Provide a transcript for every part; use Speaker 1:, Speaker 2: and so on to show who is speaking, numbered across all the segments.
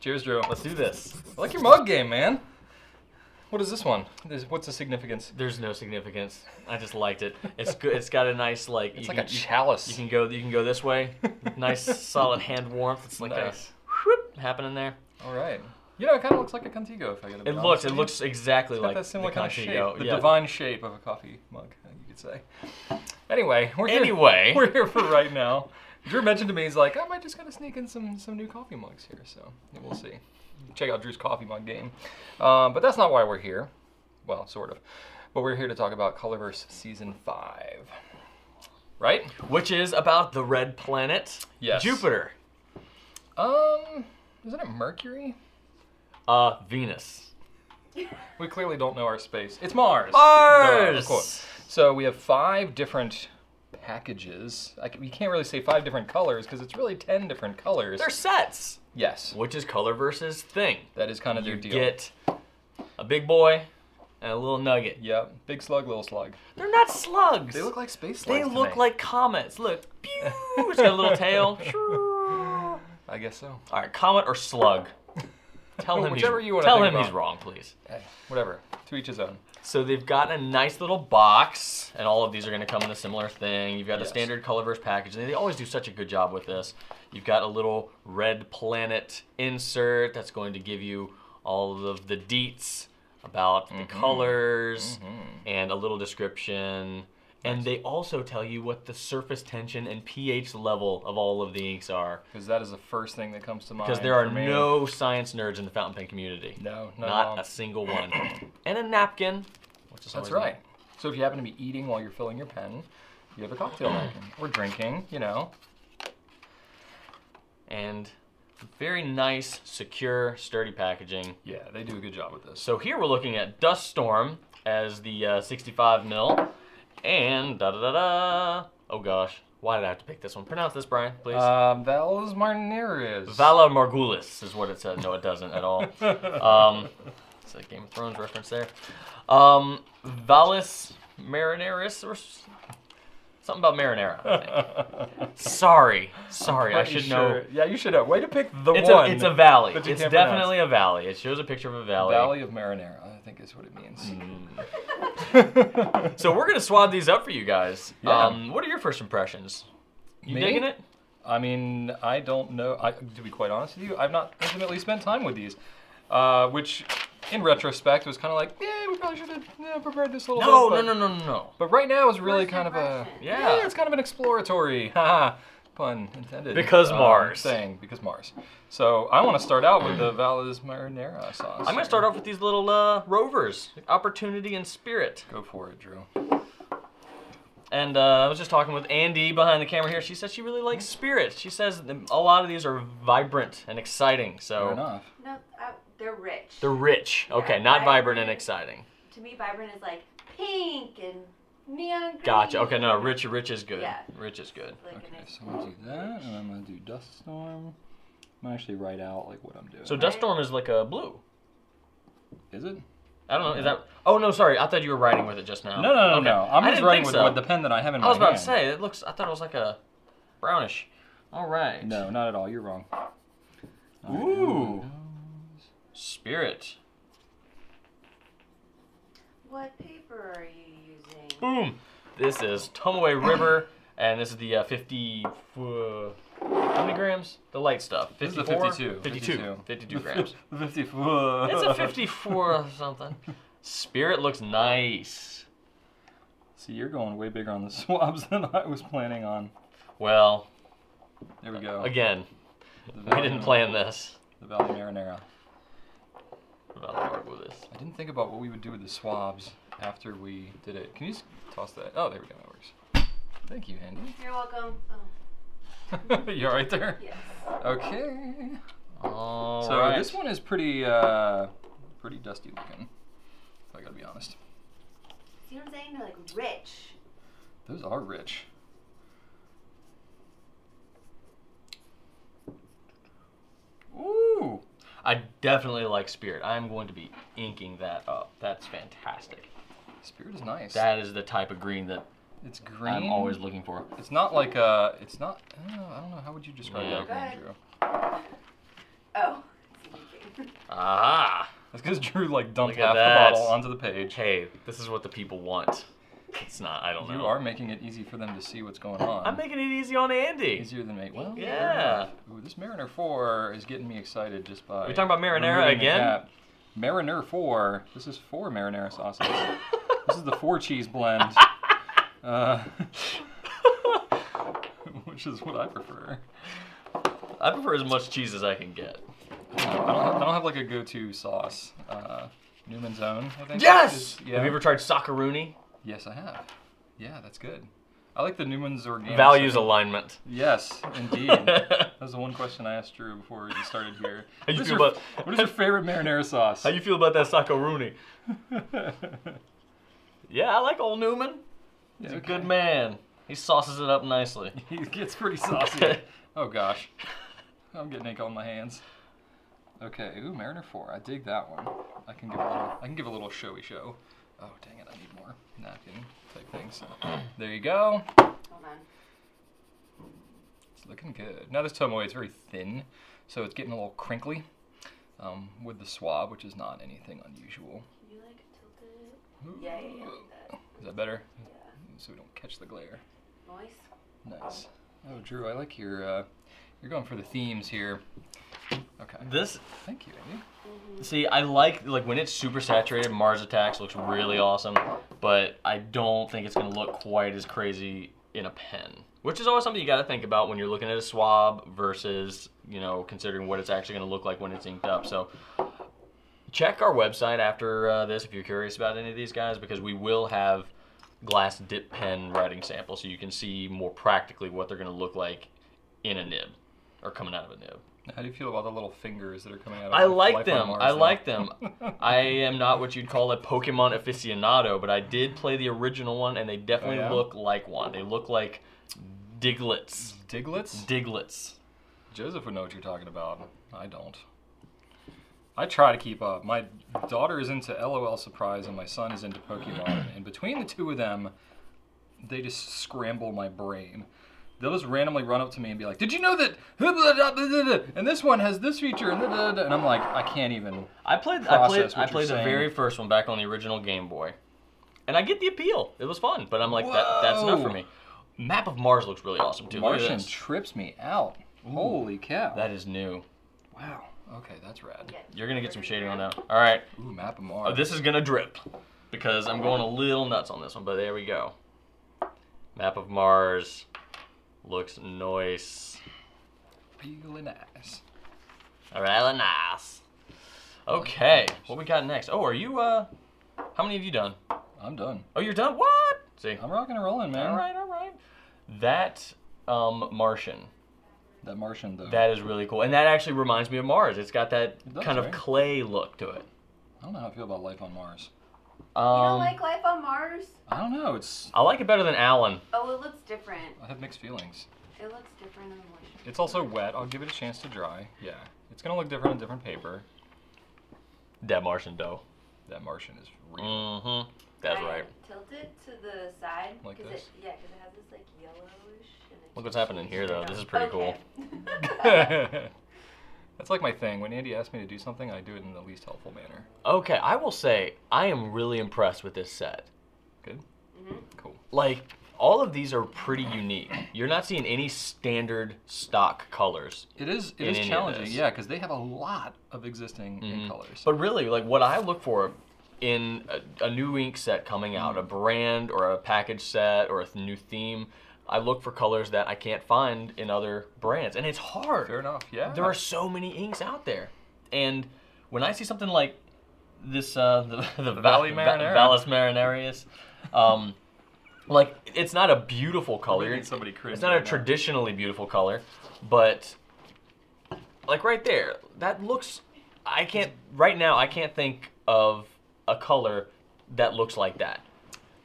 Speaker 1: Cheers, Drew. Let's do this. I like your mug game, man. What is this one? This- What's the significance?
Speaker 2: There's no significance. I just liked it. It's good. It's got a nice like.
Speaker 1: It's
Speaker 2: you
Speaker 1: like
Speaker 2: can,
Speaker 1: a
Speaker 2: you-
Speaker 1: chalice.
Speaker 2: You, can go. You can go this way. Nice solid hand warmth. It's like
Speaker 1: Nice.
Speaker 2: a whoop happening there.
Speaker 1: All right. You know, it kind of looks like a contigo. If I get
Speaker 2: It looks. It looks exactly
Speaker 1: It's got
Speaker 2: like
Speaker 1: that similar
Speaker 2: the
Speaker 1: kind of shape,
Speaker 2: Contigo.
Speaker 1: the
Speaker 2: yeah.
Speaker 1: divine shape of a coffee mug, I think you could say. Anyway, we're here-
Speaker 2: Anyway.
Speaker 1: we're here for right now. Drew mentioned to me, he's like, I might just gotta sneak in some some new coffee mugs here, so yeah, we'll see. Check out Drew's coffee mug game, um, but that's not why we're here. Well, sort of, but we're here to talk about Colorverse season five, right?
Speaker 2: Which is about the red planet.
Speaker 1: Yes.
Speaker 2: Jupiter.
Speaker 1: Um, isn't it Mercury?
Speaker 2: Uh, Venus.
Speaker 1: We clearly don't know our space. It's Mars.
Speaker 2: Mars!
Speaker 1: Duh, of course. So we have five different packages. I c we can't really say five different colors because it's really ten different colors.
Speaker 2: They're sets.
Speaker 1: yes,
Speaker 2: Which is color versus thing.
Speaker 1: that is kind of
Speaker 2: You
Speaker 1: their deal.
Speaker 2: get a big boy and a little nugget.
Speaker 1: Yep, big slug, little slug.
Speaker 2: They're not slugs.
Speaker 1: They look like space
Speaker 2: They
Speaker 1: slugs. to
Speaker 2: look
Speaker 1: me.
Speaker 2: like comets. Look, pew! It's got a little tail. All
Speaker 1: I guess so.
Speaker 2: right, comet or slug? Tell him.
Speaker 1: Whichever
Speaker 2: he's,
Speaker 1: you wanna
Speaker 2: Tell
Speaker 1: think
Speaker 2: him
Speaker 1: about.
Speaker 2: he's wrong, please.
Speaker 1: Hey, Eh, whatever. To each his own.
Speaker 2: So they've got a nice little box, and all of these are going to come in a similar thing. You've got a
Speaker 1: Yes.
Speaker 2: standard Colorverse package, and they always do such a good job with this. You've got a little red planet insert that's going to give you all of the deets about the
Speaker 1: Mm-hmm.
Speaker 2: colors and a little description. And they also tell you what the surface tension and pH level of all of the inks are,
Speaker 1: Because that is the first thing that comes to mind.
Speaker 2: because there are
Speaker 1: for me.
Speaker 2: no science nerds in the fountain pen community.
Speaker 1: No, not at all.
Speaker 2: Not a single one. and a napkin. Which is
Speaker 1: That's
Speaker 2: always nice.
Speaker 1: right. So if you happen to be eating while you're filling your pen, you have a cocktail napkin. Or drinking, you know.
Speaker 2: and very nice, secure, sturdy packaging.
Speaker 1: Yeah, they do a good job with this.
Speaker 2: So here we're looking at Dust Storm as the uh, 65 mil, and da da da da. Oh gosh, why did I have to pick this one? Pronounce this, Brian, please.
Speaker 1: Um, Val's Marnares.
Speaker 2: Vala Margulis is what it says. No, it doesn't at all.
Speaker 1: Uh,
Speaker 2: Um, it's a Game of Thrones reference there. Um, Valis Marinaris or s- something about marinara. I think. sorry, sorry, I should know.
Speaker 1: Yeah, you should know. Way to pick the
Speaker 2: It's a,
Speaker 1: one.
Speaker 2: it's a valley.
Speaker 1: that you
Speaker 2: It's
Speaker 1: can't
Speaker 2: definitely a valley. It shows a picture of a valley.
Speaker 1: Valley of Marinara, I think is what it means.
Speaker 2: Hmm. So we're gonna swab these up for you guys.
Speaker 1: Yeah.
Speaker 2: Um, what are your first impressions? You
Speaker 1: Me?
Speaker 2: digging it?
Speaker 1: I mean, I don't know. I, to be quite honest with you, I've not intimately spent time with these, uh, which, in retrospect, was kind of like, yeah, we probably should have yeah, prepared this a
Speaker 2: No,
Speaker 1: little. bit,
Speaker 2: no,
Speaker 1: but-
Speaker 2: no, no, no, no.
Speaker 1: But right now is really
Speaker 3: First
Speaker 1: kind of a
Speaker 3: impression.
Speaker 2: Yeah.
Speaker 1: it's kind of an exploratory, haha, pun intended.
Speaker 2: Because
Speaker 1: um,
Speaker 2: Mars.
Speaker 1: thing because Mars. So I want to start out with the Valles Marinara sauce.
Speaker 2: I'm gonna start off with these little uh, rovers, opportunity and spirit.
Speaker 1: Go for it, Drew.
Speaker 2: And uh, I was just talking with Andy behind the camera here. She says she really likes spirit. She says th- a lot of these are vibrant and exciting.
Speaker 1: Fair
Speaker 2: So
Speaker 1: enough.
Speaker 3: No, uh, they're rich.
Speaker 2: they're rich. Okay, not
Speaker 3: Yeah,
Speaker 2: vibrant and
Speaker 3: vibrant.
Speaker 2: exciting.
Speaker 3: to me, vibrant is like pink and neon green.
Speaker 2: Gotcha. Okay, no, rich, rich is good.
Speaker 3: Yeah.
Speaker 2: Rich is good.
Speaker 3: Like
Speaker 1: Okay,
Speaker 3: an ex-
Speaker 1: so I'm gonna do that, and I'm gonna do Dust Storm. I'm gonna actually write out like what I'm doing.
Speaker 2: So dust storm is like a blue.
Speaker 1: is it?
Speaker 2: I don't know. Is that? Oh no, sorry. I thought you were writing with it just now.
Speaker 1: No, no, no,
Speaker 2: um, Okay.
Speaker 1: no. I'm
Speaker 2: I
Speaker 1: just
Speaker 2: didn't
Speaker 1: writing
Speaker 2: think
Speaker 1: with,
Speaker 2: so.
Speaker 1: with the pen that I have in
Speaker 2: I was
Speaker 1: my
Speaker 2: about to
Speaker 1: hand.
Speaker 2: say it looks. I thought it was like a brownish. All right.
Speaker 1: No, not at all. You're wrong.
Speaker 2: Ooh. Spirit.
Speaker 3: What paper are you using?
Speaker 2: Boom. This is Tomoe River, and this is the uh, 50. Uh, how many grams? The light stuff.
Speaker 1: This is the
Speaker 2: 54?
Speaker 1: 52.
Speaker 2: 52. 52 grams.
Speaker 1: 54.
Speaker 2: It's a 54 or something. Spirit looks nice.
Speaker 1: See, you're going way bigger on the swabs than I was planning on.
Speaker 2: Well,
Speaker 1: There we go.
Speaker 2: again,
Speaker 1: The
Speaker 2: we
Speaker 1: Valley-
Speaker 2: didn't plan this.
Speaker 1: The Valley Marinara.
Speaker 2: Well, I'll work with this.
Speaker 1: I didn't think about what we would do with the swabs after we did it. Can you just toss that? Oh, there we go. That works. Thank you,
Speaker 3: You're welcome. Oh,
Speaker 1: Andy. you're right there.
Speaker 3: yes.
Speaker 1: Okay.
Speaker 2: All
Speaker 1: so
Speaker 2: right.
Speaker 1: this one is pretty, uh, pretty dusty looking. If I gotta be honest.
Speaker 3: See what I'm saying? They're like rich.
Speaker 1: Those are rich. Ooh.
Speaker 2: I definitely like Spirit. I'm going to be inking that up. That's fantastic.
Speaker 1: Spirit is nice.
Speaker 2: That is the type of green that
Speaker 1: it's green.
Speaker 2: I'm always looking for.
Speaker 1: It's not like uh, a. It's not. I don't know. I don't know how would you describe
Speaker 2: Yeah.
Speaker 1: that green, Drew?
Speaker 3: Oh.
Speaker 2: Ah.
Speaker 1: That's because Drew like dumped
Speaker 2: Look at
Speaker 1: half
Speaker 2: that.
Speaker 1: the bottle onto the page.
Speaker 2: Hey, this is what the people want. It's not. I don't know.
Speaker 1: You are making it easy for them to see what's going on.
Speaker 2: I'm making it easy on Andy.
Speaker 1: easier than me. Well,
Speaker 2: Yeah.
Speaker 1: Ooh, this Mariner 4 is getting me excited just by.
Speaker 2: we talking about marinara
Speaker 1: removing the
Speaker 2: again?
Speaker 1: cap. Mariner 4. This is four marinara sauces. this is the four cheese blend. Uh, which is what I prefer.
Speaker 2: I prefer as much cheese as I can get.
Speaker 1: I don't have, I don't have like a go-to sauce. Uh, Newman's Own, I think. is- yeah.
Speaker 2: Have you ever tried socceroonie?
Speaker 1: Yes, I have. Yeah, that's good. I like the Newman's organic.
Speaker 2: Values
Speaker 1: stuff.
Speaker 2: alignment.
Speaker 1: Yes, indeed. that was the one question I asked Drew before we started here.
Speaker 2: How you
Speaker 1: What is
Speaker 2: feel
Speaker 1: your-
Speaker 2: about-
Speaker 1: what is your favorite marinara sauce?
Speaker 2: How you feel about that socceroonie? Yeah, I like old Newman. He's a good man. He sauces it up nicely.
Speaker 1: He gets pretty saucy. oh gosh, I'm getting ink on my hands. Okay, ooh, Mariner Four. I dig that one. I can give a little. I can give a little showy show. Oh dang it! I need more napkin type things. There you go.
Speaker 3: Hold on.
Speaker 1: It's looking good. Now this tomoe is very thin, so it's getting a little crinkly um, with the swab, which is not anything unusual.
Speaker 3: Can you like tilt it?
Speaker 1: Ooh,
Speaker 3: Yeah, yeah, yeah, like that.
Speaker 1: Is that better?
Speaker 3: Yeah.
Speaker 1: So we don't catch the glare.
Speaker 3: Noise.
Speaker 1: Nice.
Speaker 3: Um,
Speaker 1: Oh, Drew, I like your. Uh, you're going for the themes here. Okay.
Speaker 2: This,
Speaker 1: Thank you, Andy.
Speaker 3: Mm-hmm.
Speaker 2: see, I like like when it's super saturated. Mars Attacks looks really awesome, but I don't think it's gonna look quite as crazy in a pen. Which is always something you got to think about when you're looking at a swab versus you know considering what it's actually gonna look like when it's inked up. So check our website after uh, this if you're curious about any of these guys because we will have glass dip pen writing samples so you can see more practically what they're going to look like in a nib or coming out of a nib
Speaker 1: How do you feel about the little fingers that are coming out? of
Speaker 2: i
Speaker 1: the
Speaker 2: like
Speaker 1: Life on
Speaker 2: them
Speaker 1: Mars
Speaker 2: i
Speaker 1: now?
Speaker 2: like them i am not what you'd call a pokemon aficionado but i did play the original one and they definitely
Speaker 1: Oh, yeah?
Speaker 2: look like one they look like diglets
Speaker 1: Diglets.
Speaker 2: diglets
Speaker 1: Joseph would know what you're talking about. I don't. I try to keep up. My daughter is into LOL Surprise and my son is into Pokemon. and between the two of them, they just scramble my brain. They'll just randomly run up to me and be like, "Did you know that?" And this one has this feature, and da- da- da," and I'm like, I can't even.
Speaker 2: I played. I
Speaker 1: process
Speaker 2: played.
Speaker 1: what
Speaker 2: I
Speaker 1: you're
Speaker 2: played the
Speaker 1: saying.
Speaker 2: very first one back on the original Game Boy, and I get the appeal. It was fun, but I'm like, that, that's enough for
Speaker 1: Whoa.
Speaker 2: me. Map of Mars looks really awesome too. Look at
Speaker 1: Martian
Speaker 2: this.
Speaker 1: trips me out. Holy cow!
Speaker 2: That is new.
Speaker 1: wow. Okay, that's rad.
Speaker 3: Yeah.
Speaker 2: You're gonna get some shading on that. All right,
Speaker 1: Ooh, map of Mars.
Speaker 2: Oh, this is gonna drip because I'm going a little nuts on this one. But there we go. Map of Mars looks nice.
Speaker 1: really nice.
Speaker 2: Really nice. Okay, what we got next? Oh, are you? uh How many have you done?
Speaker 1: I'm done.
Speaker 2: Oh, you're done. What? See.
Speaker 1: I'm rocking and rolling, man.
Speaker 2: All right, all right. That um, Martian.
Speaker 1: That Martian though.
Speaker 2: That is really cool, and that actually reminds me of Mars. It's got that
Speaker 1: It does,
Speaker 2: kind of
Speaker 1: right?
Speaker 2: clay look to it.
Speaker 1: I don't know how I feel about life on Mars.
Speaker 2: Um,
Speaker 3: you don't like life on Mars?
Speaker 1: I don't know. It's
Speaker 2: I like it better than Alan.
Speaker 3: Oh, it looks different.
Speaker 1: I have mixed feelings.
Speaker 3: It looks different on Martian.
Speaker 1: It's also wet. I'll give it a chance to dry. Yeah, it's gonna look different on different paper.
Speaker 2: That Martian dough.
Speaker 1: That Martian is real.
Speaker 2: Mm-hmm. That's
Speaker 3: I
Speaker 2: right.
Speaker 3: Tilt it to the side.
Speaker 1: Like
Speaker 3: 'cause
Speaker 1: this?
Speaker 3: It, yeah, because it has this like yellowish. And it
Speaker 2: Look what's
Speaker 3: just
Speaker 2: happening here,
Speaker 3: shoots
Speaker 2: though.
Speaker 3: out.
Speaker 2: This is pretty cool.
Speaker 3: okay.
Speaker 1: That's like my thing. When Andy asks me to do something, I do it in the least helpful manner.
Speaker 2: Okay, I will say I am really impressed with this set.
Speaker 1: Good.
Speaker 2: Mm-hmm.
Speaker 3: Mhm.
Speaker 1: Cool.
Speaker 2: Like all of these are pretty unique. You're not seeing any standard stock colors
Speaker 1: It is.
Speaker 2: In
Speaker 1: It is
Speaker 2: any of
Speaker 1: challenging.
Speaker 2: this.
Speaker 1: Yeah, because they have a lot of existing ink colors.
Speaker 2: Mm-hmm. But really, like what I look for in a, a new ink set coming out, a brand or a package set or a th- new theme, I look for colors that I can't find in other brands, and it's hard.
Speaker 1: fair enough. Yeah.
Speaker 2: There are so many inks out there, and when I see something like this, uh, the, the,
Speaker 1: Valley
Speaker 2: Va-
Speaker 1: Marinara.
Speaker 2: Valles Marinarius, um, like it's not a beautiful color.
Speaker 1: need somebody cringe
Speaker 2: it's not
Speaker 1: right
Speaker 2: a
Speaker 1: now.
Speaker 2: traditionally beautiful color, but like right there, that looks. I can't right now. I can't think of a color that looks like that.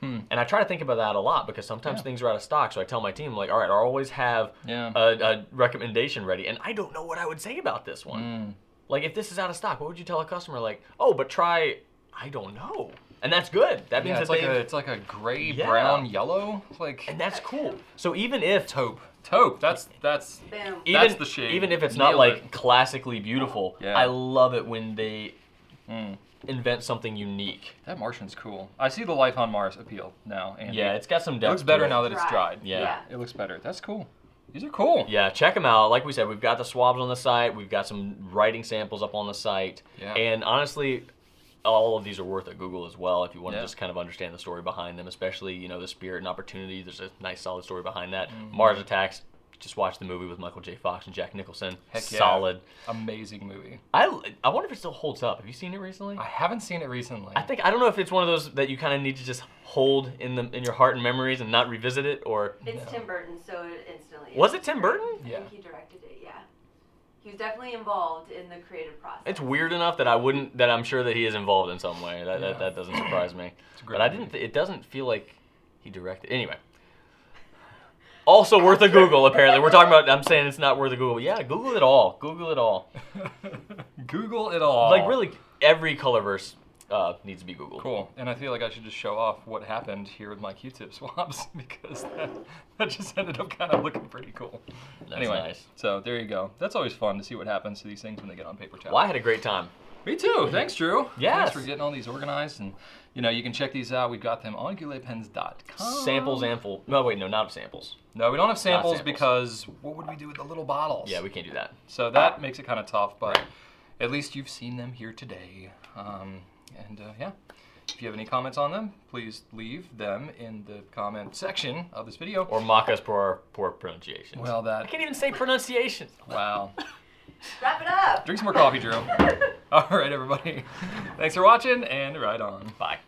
Speaker 2: And I try to think about that a lot because sometimes
Speaker 1: Hmm. Yeah.
Speaker 2: things are out of stock. So I tell my team, like, all right, I always have
Speaker 1: Yeah.
Speaker 2: a, a recommendation ready. And I don't know what I would say about
Speaker 1: Hmm. Mm.
Speaker 2: this one. Like, if this is out of stock, what would you tell a customer? Like, oh, but try, I don't know. and that's good. That means
Speaker 1: Yeah,
Speaker 2: that
Speaker 1: it's like
Speaker 2: they
Speaker 1: a it's like a gray,
Speaker 2: Yeah.
Speaker 1: brown, yellow. It's like
Speaker 2: and that's cool. So even if
Speaker 1: taupe. Taupe. That's that's
Speaker 3: Boom.
Speaker 2: even,
Speaker 1: That's the shade.
Speaker 2: Even if it's not
Speaker 1: Nailed
Speaker 2: like
Speaker 1: it.
Speaker 2: classically beautiful,
Speaker 1: Yeah.
Speaker 2: I love it when they
Speaker 1: Mm.
Speaker 2: invent something unique.
Speaker 1: that Martian's cool. I see the life on Mars appeal now. And
Speaker 2: Yeah, it's got some
Speaker 1: it
Speaker 2: depth.
Speaker 1: looks
Speaker 2: to
Speaker 1: better
Speaker 2: it.
Speaker 1: now that it's dried.
Speaker 2: Yeah.
Speaker 1: It looks better. That's cool. These are cool.
Speaker 2: Yeah, check them out. Like we said, we've got the swabs on the site. We've got some writing samples up on the site.
Speaker 1: Yeah.
Speaker 2: And honestly, all of these are worth a Google as well if you want to
Speaker 1: Yeah.
Speaker 2: just kind of understand the story behind them, especially, you know, the spirit and opportunity. There's a nice solid story behind that.
Speaker 1: Mm-hmm.
Speaker 2: Mars Attacks, just watch the movie with Michael J. Fox and Jack Nicholson.
Speaker 1: Heck yeah.
Speaker 2: solid.
Speaker 1: Amazing movie.
Speaker 2: I, I wonder if it still holds up. Have you seen it recently?
Speaker 1: I haven't seen it recently.
Speaker 2: I think I don't know if it's one of those that you kind of need to just hold in the in your heart and memories and not revisit it or
Speaker 3: It's Tim Burton, so it instantly.
Speaker 2: was it Tim Burton?
Speaker 3: I
Speaker 1: Yeah.
Speaker 3: think he directed it. Yeah. He was definitely involved in the creative process.
Speaker 2: It's weird enough that I wouldn't that I'm sure that he is involved in some way. That
Speaker 1: Yeah.
Speaker 2: that, that doesn't surprise me.
Speaker 1: It's a great
Speaker 2: But I didn't. It doesn't feel like he directed. Anyway. Also worth a Google. Apparently, we're talking about. I'm saying it's not worth a Google. Yeah, Google it all. Google it all.
Speaker 1: Google it all.
Speaker 2: Like really, every Colorverse uh, needs to be Googled.
Speaker 1: Cool. And I feel like I should just show off what happened here with my Q-tip swabs because that, that just ended up kind of looking pretty cool.
Speaker 2: That's
Speaker 1: anyway,
Speaker 2: nice.
Speaker 1: so there you go. That's always fun to see what happens to these things when they get on paper towel.
Speaker 2: Well, I had a great time.
Speaker 1: Me too. Thanks, Drew.
Speaker 2: Yes.
Speaker 1: Thanks for getting all these organized. And, you know, you can check these out. We've got them on guletpens.com.
Speaker 2: Samples, ample. No, wait, no, not samples.
Speaker 1: No, we don't have samples,
Speaker 2: samples.
Speaker 1: because what would we do with the little bottles?
Speaker 2: Yeah, we can't do that.
Speaker 1: So that makes it kind of tough, but at least you've seen them here today. Um, and uh, yeah, if you have any comments on them, please leave them in the comment section of this video.
Speaker 2: Or mock us for our poor pronunciations.
Speaker 1: well,
Speaker 2: I
Speaker 1: that
Speaker 2: can't even say pronunciations.
Speaker 1: wow.
Speaker 3: Wrap it up.
Speaker 1: Drink some more coffee, Drew. All right, everybody. Thanks for watching, and right on.
Speaker 2: Bye.